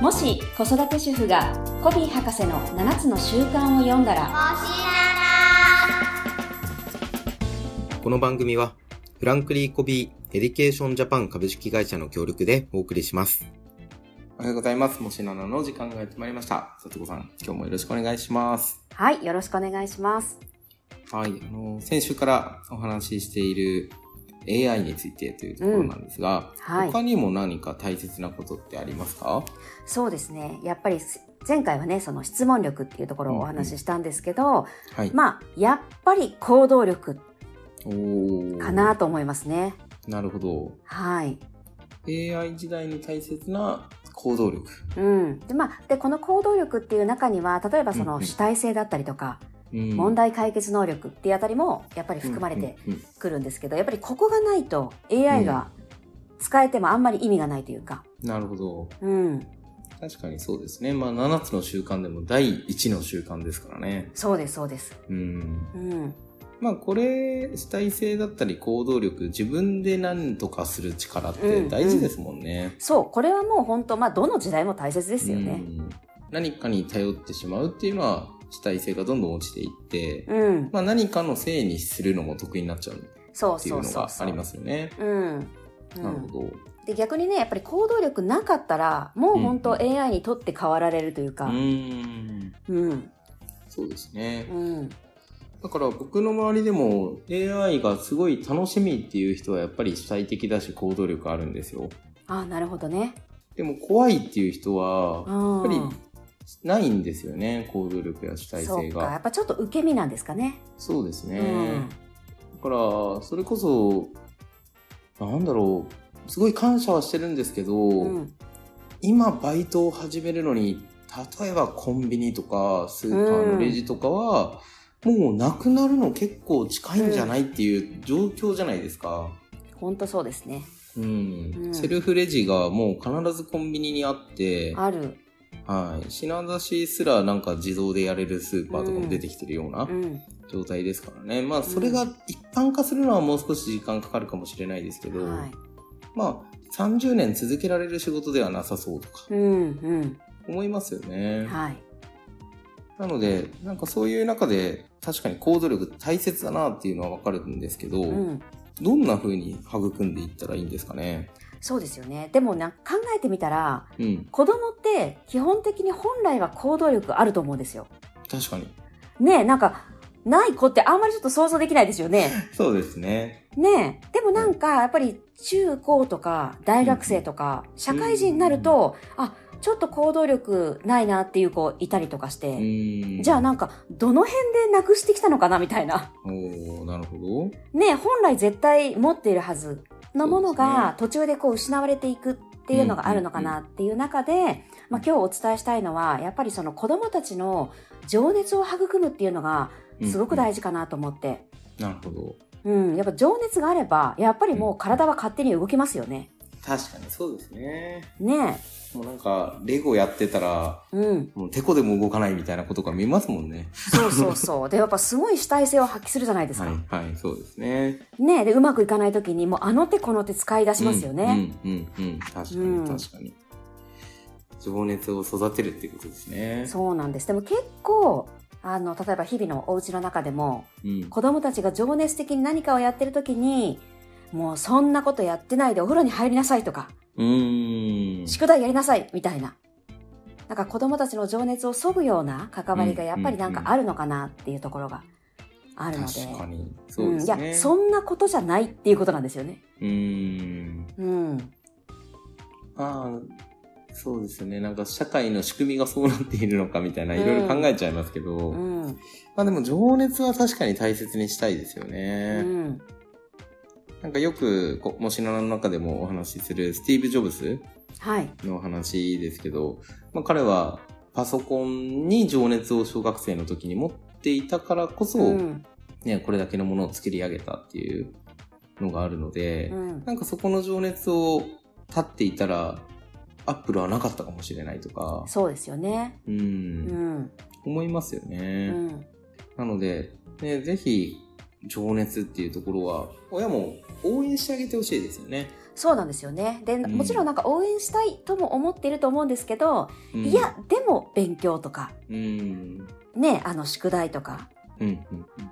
もし子育て主婦がコビー博士の7つの習慣を読んだらこの番組は、フランクリー・コビー・エディケーション・ジャパン株式会社の協力でお送りします。おはようございます。もしななの時間がやってまいりました。さとこさん、今日もよろしくお願いします。はいよろしくお願いしますはい、あの、先週からお話ししている AI についてというところなんですが、はい他にも何か大切なことってありますかそうですねやっぱり前回はねその質問力っていうところをお話ししたんですけど、はい。まあやっぱり行動力おーかなと思いますねなるほど。はい。 AI 時代に大切な行動力。うん。で、まあ、で、この行動力っていう中には、例えばそうんうのん主体性だったりとか、うん問題解決能力っていうあたりも、やっぱり含まれてうんうんうんくるんですけど、やっぱりここがないと AI が使えてもあんまり意味がないというか、なるほど。うん。確かにそうですね。まあ、7つの習慣でも第1の習慣ですからね。そうです、そうです。うん。うん。まあ、これ、主体性だったり行動力、自分で何とかする力って大事ですもんね。そう、これはもう本当、まあ、どの時代も大切ですよね。うん何かに頼ってしまうっていうのは、主体性がどんどん落ちていって、うん。まあ、何かのせいにするのも得意になっちゃうっそうていそううのそがうそあう。りますよね。うん。うなるん、ほど。で逆にねやっぱり行動力なかったらもう本当うん AI にとって変わられるといううか、ん。うんそうですね。うん、だから僕の周りでも AI がすごい楽しみっていう人はやっぱり主体的だし行動力あるんですよ。ああなるほどね。でも怖いっていう人はややっぱりないんですよね、行動力や主体そ性うかやがっ。ぱちょっと受け身なんですかね。そうですね。うんだから、それこそ、なんだろう、すごい感謝はしてるんですけど、うん今バイトを始めるのに、例えばコンビニとかスーパーのレジとかは、もうなくなるの結構近いんじゃないっていう状況じゃないですか。本当そうですね。うんうんセルフレジがもう必ずコンビニにあって、ある。はい、品出しすらなんか自動でやれるスーパーとかも出てきてるようなうん状態ですからね、まあそれが一般化するのはもう少し時間かかるかもしれないですけど、はい。まあ30年続けられる仕事ではなさそうとかうん思いますようねん。。はい。なので、なんかそういう中で確かに行動力大切だなっていうのはわかるんですけど、うん。どんな風に育んでいったらいいんですかね。そうですよね。でもな考えてみたらうん、子供って基本的に本来は行動力あると思うんですよ。確かに。ねえなんかない子ってあんまりちょっと想像できないですよね。そうですね。ねえ。でもなんか、やっぱり中高とか大学生とか、社会人になると、あ、ちょっと行動力ないなっていう子いたりとかして、じゃあなな。んか、どの辺でなくしてきたのかなみたいな。おーなるほど。ねえ本来絶対持っているはずのものそうですがね、途中でこう失われていくっていうのがあるのかなっていう中で、まあ今日お伝えしたいのは、やっぱりその子供たちの情熱を育むっていうのが、すごく大事かなと思って。事。なるほど。うん、やっぱ情熱があれば、やっぱりもう体は勝手に動きますよね。確かにそうですね。ねもうなんか、レゴやってたら、え。うん。もうテコでも動かないみたいなことが見ますもんね。そうそう そう。で、やっぱすごい主体性を発揮するじゃないですか。はい、はい、そうですね。ねえ。で、うまくいかない時に、もうあの手この手使い出しますよね。。うん、うん、うん。確かうんに、確かに。情熱を育てるっていうことですね。そうなんです。でも結構、あの、例えば日々のお家の中でも、うん。子供たちが情熱的に何かをやってる時に、もうそんなことやってないでお風呂に入りなさいとか、うーん。宿題やりなさいみたいな。なんか子供たちの情熱を削ぐような関わりがやっぱりなんかあるのかなっていうところがあるので。確かに。うそうでん、いすね。や、そんなことじゃないっていうことなんですよね。うーん。うん。ああ、そうですね。なんか社会の仕組みがそうなっているのかみたいな、いろいろ考えちゃいますけど。うん。まあでも情熱は確かに大切にしたいですようね。ん。なんかよく、こもしなの中でもお話しするスティーブ・ジョブズはい。のお話ですけど、まあ彼はパソコンに情熱を小学生の時に持っていたからこそ、ん。ね、これだけのものを作り上げたっていうのがあるので、うん。なんかそこの情熱を立っていたら、アップルはなかったかもしれないとか、そうですよね。うん、うん。思いますようね。ん。なので、ね、ぜひ、情熱っていうところは、親も応援してあげてほしいですよね。そうなんですよね。で、んもちろんなんか応援したいとも思ってると思うんですけど、うんい、や、でも勉強とか、うん。ね、あの宿題とか、うん、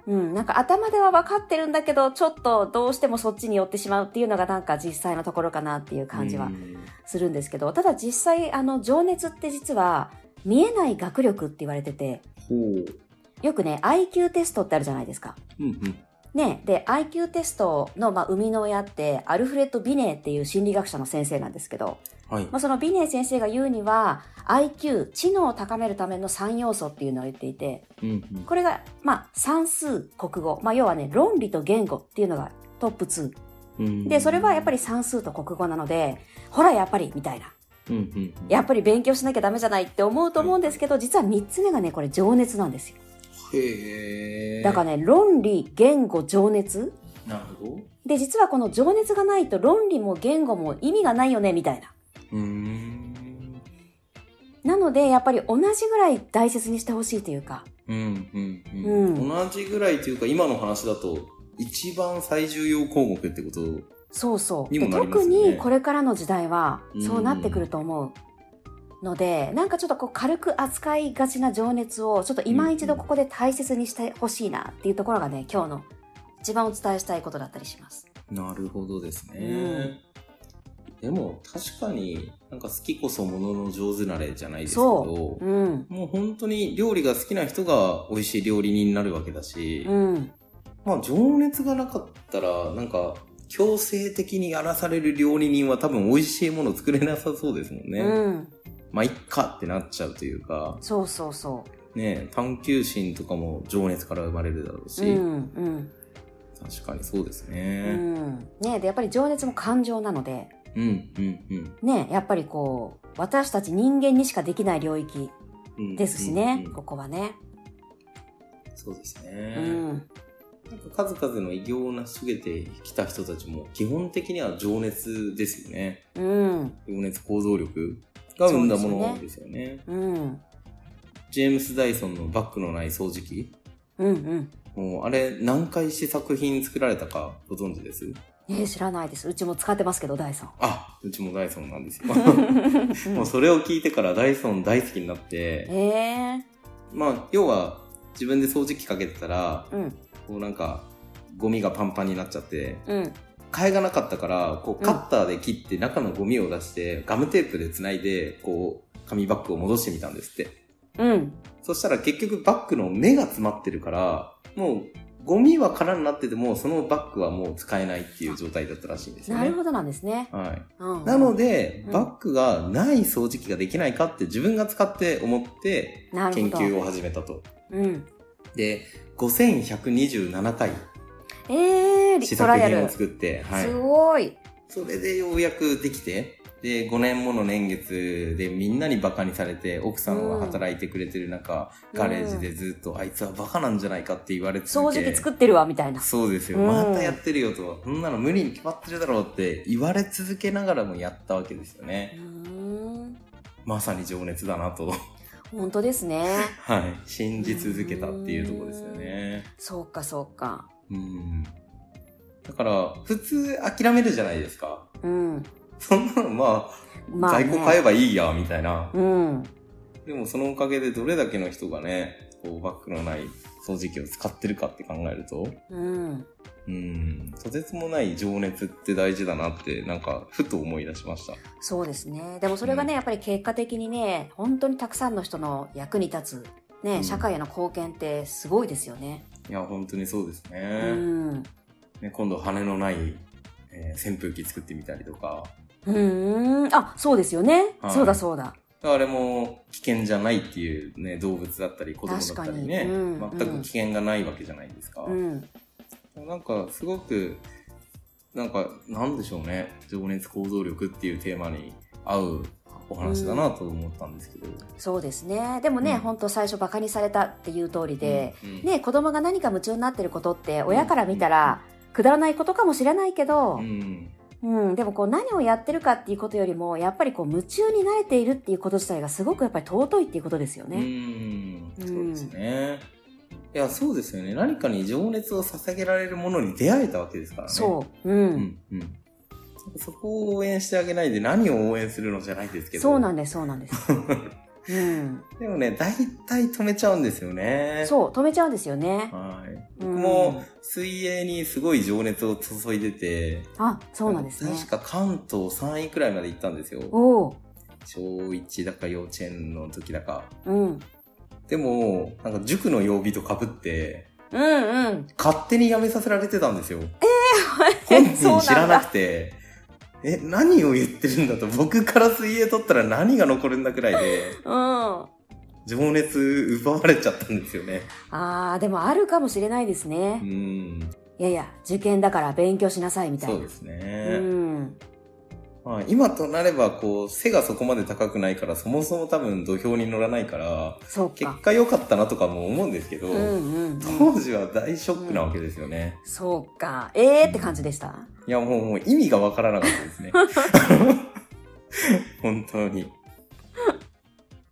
うん。うん、なんか頭では分かってるんだけど、ちょっとどうしてもそっちに寄ってしまうっていうのがなんか実際のところかなっていう感じはうんするんですけど、ただ実際、あの、情熱って実は見えない学力って言われてて、ほう。よくね、IQ テストってあるじゃないですか。うん、ね、で、IQ テストの、まあ、生みの親って、アルフレッド・ビネーっていう心理学者の先生なんですけど、うん。はい。まあ、そのビネー先生が言うには、IQ、知能を高めるための3要素っていうのを言っていて、うん、うん。これが、まあ、算数、国語。まあ、要はね、論理と言語っていうのがトップ2。うんで、それはやっぱり算数と国語なので、ほら、やっぱり、みたいな。うんうんうん、やっぱり勉強しなきゃダメじゃないって思うと思うんですけど、実は3つ目がね、これ情熱なんですよ。へえ。だからね、論理、言語、情熱。ら、なるほど。で、実はこの情熱がないと論理も言語も意味がないよね、みたいな。うーん。なので、やっぱり同じぐらい大切にしてほしいというか。うんうんうん同じぐらいというか今の話だと一番最重要項目ってことそうそう。にでもなりま特すよねにこれからの時代はうんそうなってくると思う。ので、なんかちょっとこう軽く扱いがちな情熱を、ちょっと今一度ここで大切にしてほしいなっていうところがね、今日の一番お伝えしたいことだったりします。なるほどですね、でも確かになんか好きこそものの上手なれじゃないですけどそう。うん。もう本当に料理が好きな人が美味しい料理人になるわけだし、うん。まあ情熱がなかったらなんか強制的にやらされる料理人は多分美味しいもの作れなさそうですもんね、うん。まあいっかってなっちゃうというかそうそうそねえ探求心とかも情熱から生まれるだろうし、う。うん。うん。確かにそうですうね。ん。ねで、やっぱり情熱も感情なので、うん、うん、うん。ねやっぱりこう、私たち人間にしかできない領域うんですしね、うんうんここはね。そうですうね。ん。なんか数々の偉業を成し遂げてきた人たちも基本的には情熱ですよね。うん。情熱行動力が生んだものですよね。うん。ジェームス・ダイソンのバッグのない掃除機。うんうん。もうあれ何回試作品作られたかご存知ですえー、知らないです。うちも使ってますけど、ダイソン。あ、うちもダイソンなんですよ。もうそれを聞いてからダイソン大好きになって、ええまあ要は自分で掃除機かけてたらー。うん。こうなんかゴミがパンパンになっちゃってうん。替えがなかったからこううんカッターで切って中のゴミを出してガムテープでつないでこう紙バッグを戻してみたんですってうん。そしたら結局バッグの目が詰まってるからもうゴミは空になっててもそのバッグはもう使えないっていう状態だったらしいんですよなねるほどなんですね。はい、うん。なの。で、うんバッグがない掃除機ができないかって自分が使って思ってなる研ほど。究を始めたとうん。で5127回ええー、試リトライア作品をル。作って、はいす、ごい。それでようやくできてで5年もの年月でみんなにバカにされて奥さんは働いてくれてる中、うんガレージでずっとあいつはバカなんじゃないかって言われてて掃除機作ってるわ、みたいな。そうですよ、うんまたやってるよとそんなの無理に決まってるだろうって言われ続けながらもやったわけですようねーん。まさに情熱だなと 本当ですね。はい信じ続けたっていうところですよねそうか、そうか。うんだから普通諦めるじゃないですか うん。そんなのまあまあ、ね。在庫買えばいいや、みたいな。うん。でもそのおかげでどれだけの人がね、こうバッグのない掃除機を使ってるかって考えると、うん。うん、とてつもない情熱って大事だなって、なんか、ふと思い出しました。そうですね。でもそれがね、うんやっぱり結果的にね、本当にたくさんの人の役に立つ、ね、うん社会への貢献ってすごいですよね。いや、本当にそうですうね。ん。ね今度、羽のない、えー扇風機作ってみたりとか、うん。あ、そうですよね。はいそうだそうだ。あれも危険じゃないっていうね、動物だったり子供だったりね、確かにうん全く危険がないわけじゃないですか。うん。なんかすごくなんかなんでしょうね情熱行動力っていうテーマに合うお話だなと思ったんですけど、そうですね。でもね、うん本当最初バカにされたっていう通りで、うん、ね、子供が何か夢中になってることって、親から見たら、くだらないことかもしれないけど、うんうん、でもこう何をやってるかっていうことよりも、やっぱりこう夢中になれているっていうこと自体がすごくやっぱり尊いっていうことですようね。んうんそうですね、いや、そうですよね。何かに情熱を捧げられるものに出会えたわけですからね。そう。ううん。ん、うん。そこを応援してあげないで何を応援するのじゃないですけど。そうなんです、そうなん です。うん。でもね、大体止めちゃうんですよね。そう、止めちゃうんですよね。はい。僕僕も水泳にすごい情熱を注いでて、あ、そうなんですね。確か関東3位くらいまで行ったんですよ。おお。小1だか幼稚園の時だか。うん。でも、なんか塾の曜日とかぶって、うんうん。勝手に辞めさせられてたんですよ。え本 人知らなくて、え、何を言ってるんだと、僕から水泳取ったら何が残るんだくらいで、うん。情熱奪われちゃったんですよね。あー、でもあるかもしれないですうね。ん。いやいや、受験だから勉強しなさいみたいな。そうですうね。ん。まあ、今となれば、こう、背がそこまで高くないから、そもそも多分土俵に乗らないから、そう結か。果良かったなとかも思うんですけど、うんうんうん。 当時は大ショックなわけですよね。そうか。えーって感じでした。いや、もう、もう意味がわからなかっ たですね。本当に。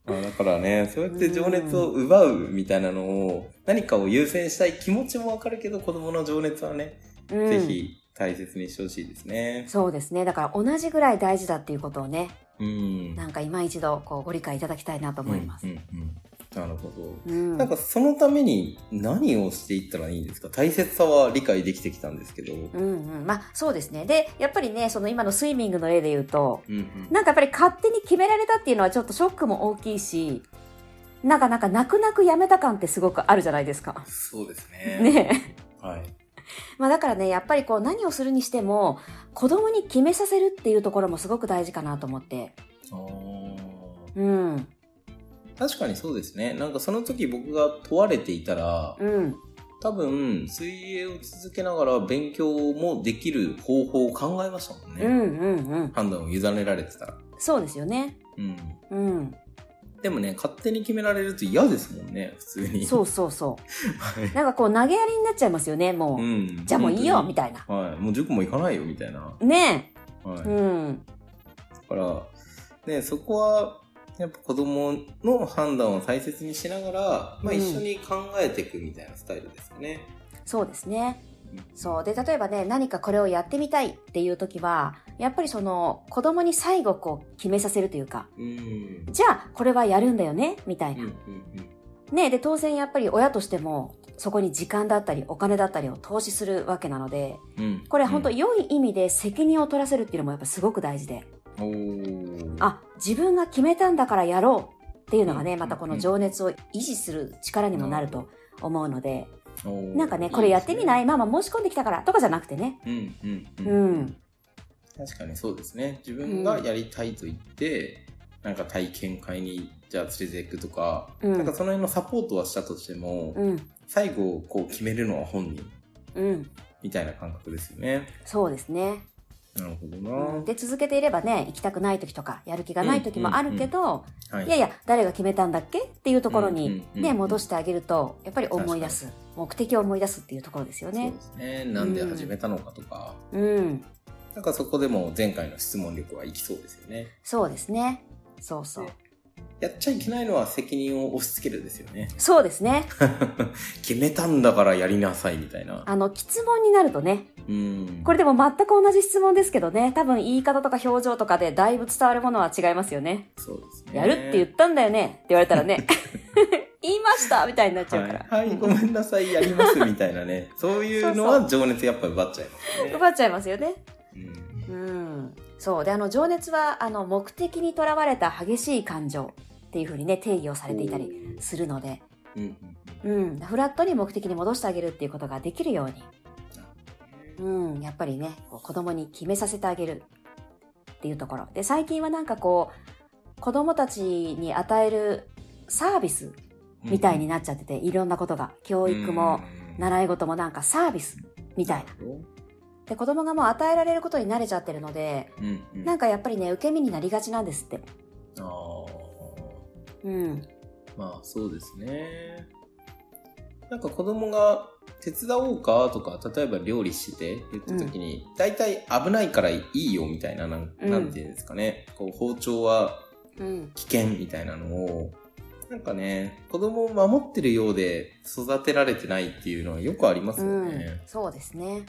まあだからね、そうやって情熱を奪うみたいなのを、何かを優先したい気持ちもわかるけど、子供の情熱はね、うん、ぜ。ひ大切にしてほしいですね。そうですね。だから同じぐらい大事だっていうことをね、うん。なんか今一度こうご理解いただきたいなと思いますうん。うんうんなるほど。うん。なんかそのために何をしていったらいいんですか大切さは理解できてきたんですけど。うんうんうん。まあそうですね。で、やっぱりね、その今のスイミングの例で言うと、うんなんかやっぱり勝手に決められたっていうのはちょっとショックも大きいし、なんかなんか泣く泣くやめた感ってすごくあるじゃないですか。そうですね。ねえ。 はい。まあだからね、やっぱりこう何をするにしても、子供に決めさせるっていうところもすごく大事かなと思って。あーうん。確かにそうですね。なんかその時僕が問われていたら、うん。多分水泳を続けながら勉強もできる方法を考えましたもんね。うんうんうん。判断を委ねられてたら。そうですよね。うん。うん。でもね、勝手に決められると嫌ですもんね、普通に。そうそうそう。 はい。なんかこう投げやりになっちゃいますよね、もう。うん。じゃあもういいよ、みいたいな。な。はい。もう塾も行かないよ、みたいな。ねはい。え。うん。だから、ね、そこは、やっぱ子供の判断を大切にしながら、まうあん一緒に考えていくみたいなスタイルですかね。そうですね。うんそう。で、例えばね、何かこれをやってみたいっていう時は、やっぱりその、子供に最後こう、決めさせるというか、うん。じゃあ、これはやるんだよねみたいうんうな。んうん。ね、で、当然やっぱり親としても、そこに時間だったり、お金だったりを投資するわけなので、うんこれ本当うん良い意味で責任を取らせるっていうのもやっぱすごく大事で、おーあ、自分が決めたんだからやろうっていうのがね、うんまたこの情熱を維持する力にもなると思うので、おーなんかね、これやってみないいママ申し込んできたからとかじゃなくてね。うんうんううん、ん。確かにそうですね自分がやりたいと言って、なんか体験会にじゃあ連れていくとか、うんなんかその辺のサポートはしたとしても、うん。最後こう決めるのは本人うん。みたいな感覚ですよねそうですね。なるほどな、うんで、続けていればね、行きたくない時とか、やる気がない時もあるけど、はいやいや、誰が決めたんだっけっていうところうんに、うんうんうね、ん戻してあげると、やっぱり思い出す。目的を思い出すっていうところですよそうねで。すねなんで始めたのかとか、うん。なんかそこでも前回の質問力はいきそうですよねそうですね。そうそう。やっちゃいけないのは責任を押し付けるですよね そうですね。決めたんだからやりなさいみたいなあの、質問になるとね、うんこれでも全く同じ質問ですけどね、多分言い方とか表情とかでだいぶ伝わるものは違いますよね。そうですね。やるって言ったんだよねって言われたらね、 言いましたみたいになっちゃうから。はい、はい、ごめんなさい、やりますみたいな ね。そういうのそは情熱やっぱ奪っちゃいますね。奪っちゃいますよね。うんうん。そう。で、あの、情熱は、あの、目的にとらわれた激しい感情っていうふうにね、定義をされていたりするので、うんうんうん。フラットに目的に戻してあげるっていうことができるように、うん。やっぱりね、こう子供に決めさせてあげるっていうところ。で、最近はなんかこう、子供たちに与えるサービスうんみたいになっちゃってて、いろんなことが、教育も、、ら習い事もなんかサービスみたいな。で、子供がもう与えられることに慣れちゃってるので、うんうん、なんかか、やっぱりね、受け身になりがちなんですって。あーうん。まあそうですね。なんか子供が手伝おうかとか、例えば料理してて言った時に、大体危ないからいいよみたいな、なんうんなんていうんですかね。こう包丁はうん。危険みたいなのをなんかね、子供を守ってるようで育てられてないっていうのはよくありますよね。そうですね。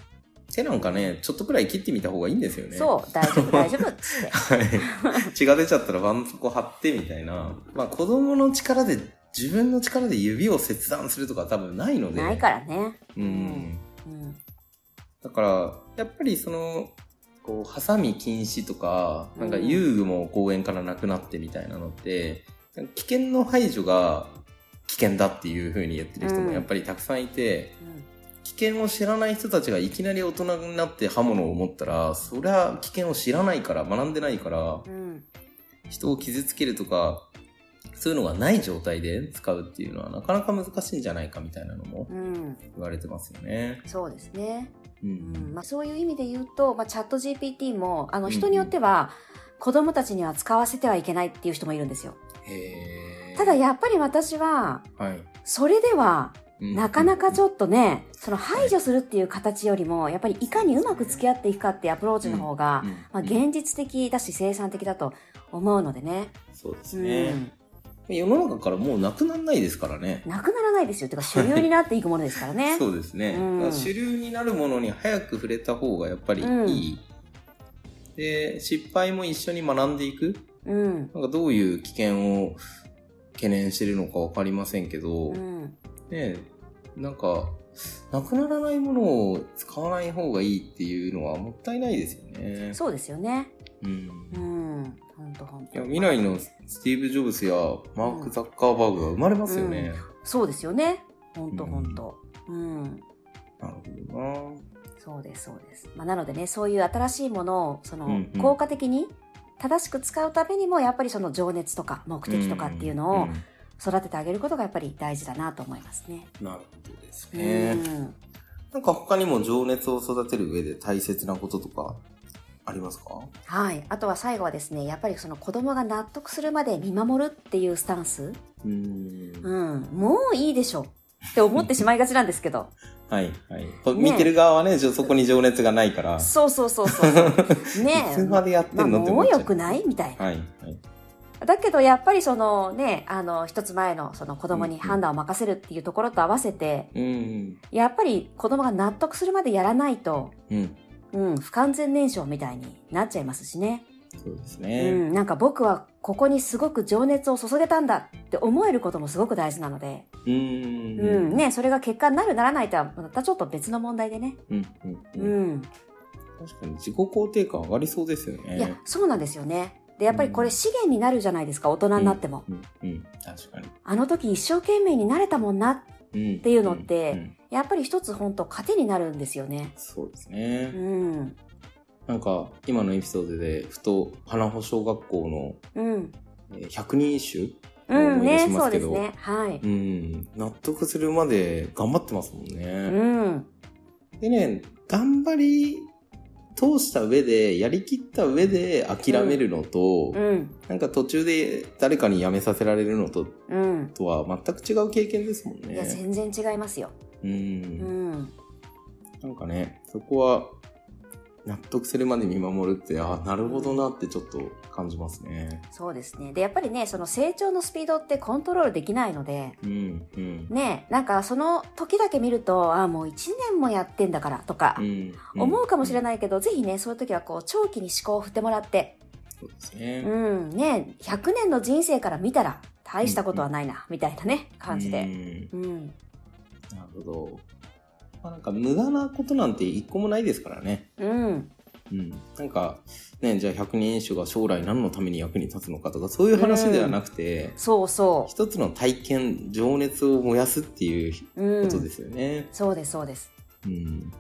手なんかね、ちょっとくらい切ってみた方がいいんですよね。そう、大丈夫、大丈夫っつ って。はい。血が出ちゃったらバンそこ貼ってみたいな。まあ子供の力で、自分の力で指を切断するとか多分ないので。ないからね。うん。うん。だから、やっぱりその、こう、ハサミ禁止とか、なんかうん遊具も公園からなくなってみたいなのって、なんか危険の排除が危険だっていう風に言ってる人もやっぱりたくさんいて、うん危険を知らない人たちがいきなり大人になって刃物を持ったら、そりゃ危険を知らないから、学んでないからう、ん。人を傷つけるとか、そういうのがない状態で使うっていうのはなかなか難しいんじゃないかみたいなのもうん。言われてますよね。そうですね。ううんん。まあ、そういう意味で言うと、まあ、チャット GPT も、あうの、ん人によっては、子供たちには使わせてはいけないっていう人もいるんですよ。へーただ、やっぱり私は、はい。それでは、うんなかなかちょっとね、その排除するっていう形よりも、やっぱりいかにうまく付き合っていくかっていうアプローチの方が、うんまあ、現実的だし生産的だと思うのでね。そうですうね。ん。世の中からもうなくならないですからね。なくならないですよ。てか主流になっていくものですからね。 そうですね。うんだから主流になるものに早く触れた方がやっぱりいい。で、失敗も一緒に学んでいく。うん。なんかどういう危険を懸念してるのかわかりませんけど、うねん。えなんか、なくならないものを使わない方がいいっていうのはもったいないですよね。そうですよね。うんうん。ほんとほんいとや。未来のスティーブ・ジョブズやマーク・ザッカーバーグが生まれますよね。うんそうですよね。ほんとうんほんと。うん。なるほそうです、そうです。まあ、なのでね、そういう新しいものを、その、うんうん効果的に正しく使うためにも、やっぱりその情熱とか目どな。的とかっていうのをん育ててあげることがやっぱり大事だなと思いますね。なるほどですうん。ね。なんか他にも情熱を育てる上で大切なこととかありますかはい。あとは最後はですね、やっぱりその子供が納得するまで見守るっていうスタンス。うーん。うん。もういいでしょ。って思ってしまいがちなんですけど。はい、はい。こね見てる側はね、じゃあそこに情熱がないから。そうそうそう そうそう。ねいえ。つまでやってまあ、んのっても思うっちゃう。良くないみたいな。はい、はい。だけどやっぱりそのね、あの、一つ前のその子供に判断を任せるっていうところと合わせて、うん。やっぱり子供が納得するまでやらないと、うん。うん、不完全燃焼みたいになっちゃいますしね。そうですうね。ん、なんか僕はここにすごく情熱を注げたんだって思えることもすごく大事なので、うーん。うん、。ね、それが結果になるならないとはまたちょっと別の問題でね。うん、うん、ううん。ん。確かに自己肯定感上がりそうですよいやね。、そうなんですよね。で、やっぱりこれ資源になるじゃないですか、大人になっても。うん、うん。確かに。あの時一生懸命になれたもんなっうん。っていうのってうん、やっぱり一つ本当糧になるんですよね。そうですねう。ん。なんか、今のエピソードで、ふと、花穂小学校のうん。えー百人一う首をん思い出ねし、まそすうけですど、ね。はい。うん、納得するまで頑張ってますもんうね。ん。でね、頑張り通した上で、やりきった上で諦めるのと、うん。なんか途中で誰かに辞めさせられるのとうん。とは全く違う経験ですもんいや、ね。全然違いますよ。う、うんん。なんかね、そこは、納得するまで見守るって、あなるほどなってちょっと感じますね。そうですね。で、やっぱりね、その成長のスピードってコントロールできないので、うん、うん。ね、なんかその時だけ見ると、ああ、もう一年もやってんだからとかう、ん、思うかもしれい。ないけど、ぜひね、そういう時はこう、長期に思考を振ってもらって、そうですね。うん、ね、100年の人生から見たら、大したことはないな、みたいなね、感じうで。んうん。なるほど。まあ、なんか無駄なことなんて一個もないですからね。うん。うん。なんか、ね、じゃあ百人一首が将来何のために役に立つのかとか、そういう話ではなくて、そうそ一つの体験、情熱を燃やすっていうう。うこん。とですよね。そうです、そうです。うん。うん。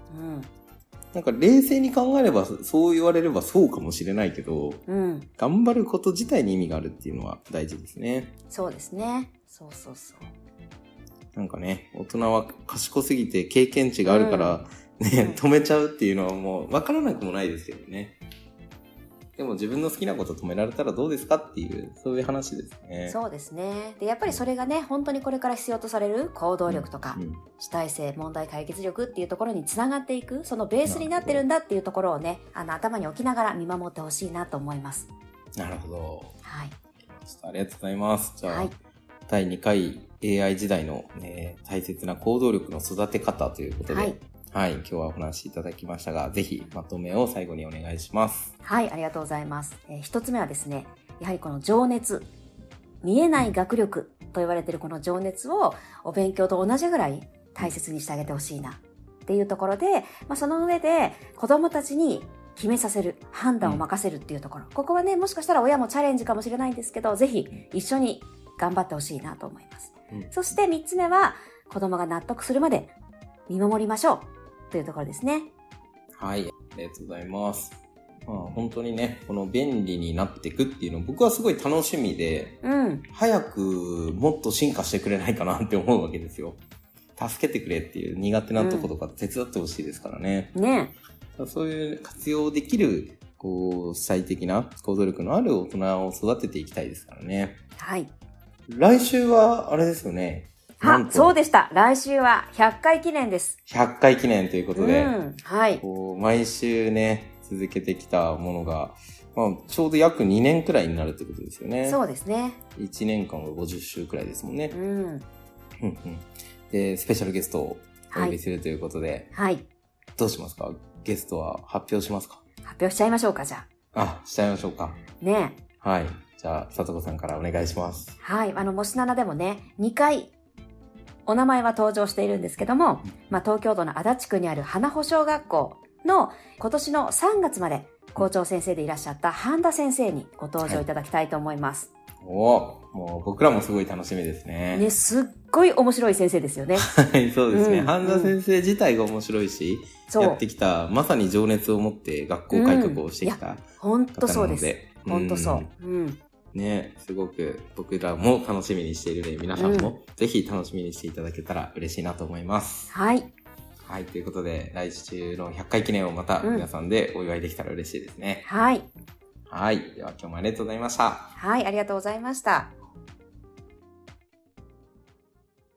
なんか冷静に考えれば、そう言われればそうかもしれないけど、うん。頑張ること自体に意味があるっていうのは大事ですね。そうですね。そうそうそう。なんかね、大人は賢すぎて経験値があるから、ね、う止めちゃうっていうのはもう分からなくもないですけどね。でも自分の好きなこと止められたらどうですかっていう、そういう話ですね。そうですね。で、やっぱりそれがね、本当にこれから必要とされる行動力とか、ん主体性、問題解決力っていうところにつながっていく、そのベースになってるんだっていうところをね、あの、頭に置きながら見守ってほしいなと思います。なるほど。はい。ちょっとありがとうございます。じゃあ、はい第2回 AI 時代の、ね、大切な行動力の育て方ということで、はい。はい、今日はお話しいただきましたが、ぜひまとめを最後にお願いします。はい、ありがとうございます。えー一つ目はですね、やはりこの情熱、見えない学力と言われているこの情熱をお勉強と同じぐらい大切にしてあげてほしいなっていうところで、まあ、その上で子供たちに決めさせる、判断を任せるっていうところ、ここはね、もしかしたら親もチャレンジかもしれないんですけど、ぜひ一緒に頑張ってほしいなと思います。うんそして三つ目は、子供が納得するまで見守りましょうというところですね。はい、ありがとうございます。まあ、本当にね、この便利になっていくっていうの、僕はすごい楽しみで、うん、早くもっと進化してくれないかなって思うわけですよ。助けてくれっていう苦手なとことか手伝ってほしいですからね。ねそういう活用できる、こう、主体的な行動力のある大人を育てていきたいですからね。はい。来週は、あれですよね。なあん、とそうでした。来週は100回記念です。 100回記念ということうで、ん。はい。こう、毎週ね、続けてきたものが、まあ、ちょうど約2年くらいになるってことですよね。そうですね。 1年間が50週くらいですもんねう。ん。うんうんで、スペシャルゲストをおは呼びい。するということで、はい。どうしますかゲストは発表しますか発表しちゃいましょうか、じゃあ、しちゃいましょうか。あ。ねえはい。じゃあ、さとこさんからお願いします。はい。あの、もしななでもね、2回、お名前は登場しているんですけども、まあ、東京都の足立区にある花穂小学校の今年の3月まで校長先生でいらっしゃった半田先生にご登場いただきたいと思います。おお、もう僕らもすごい楽しみですね。ね、すっごい面白い先生ですよね。 はい、そうですね。うん半田先生自体が面白いし、そやっうて。きた、まさに情熱を持って学校改革をしてきたほんと方そうなのです。で。ほんとそう。うん。うん。ね、すごく僕らも楽しみにしているので、皆さんもぜひ楽しみにしていただけたら嬉しいなと思います。はい。はい、ということで、来週の100回記念をまたうん皆さんでお祝いできたら嬉しいですね。はい。はい、では今日もありがとうございました。はい、ありがとうございました。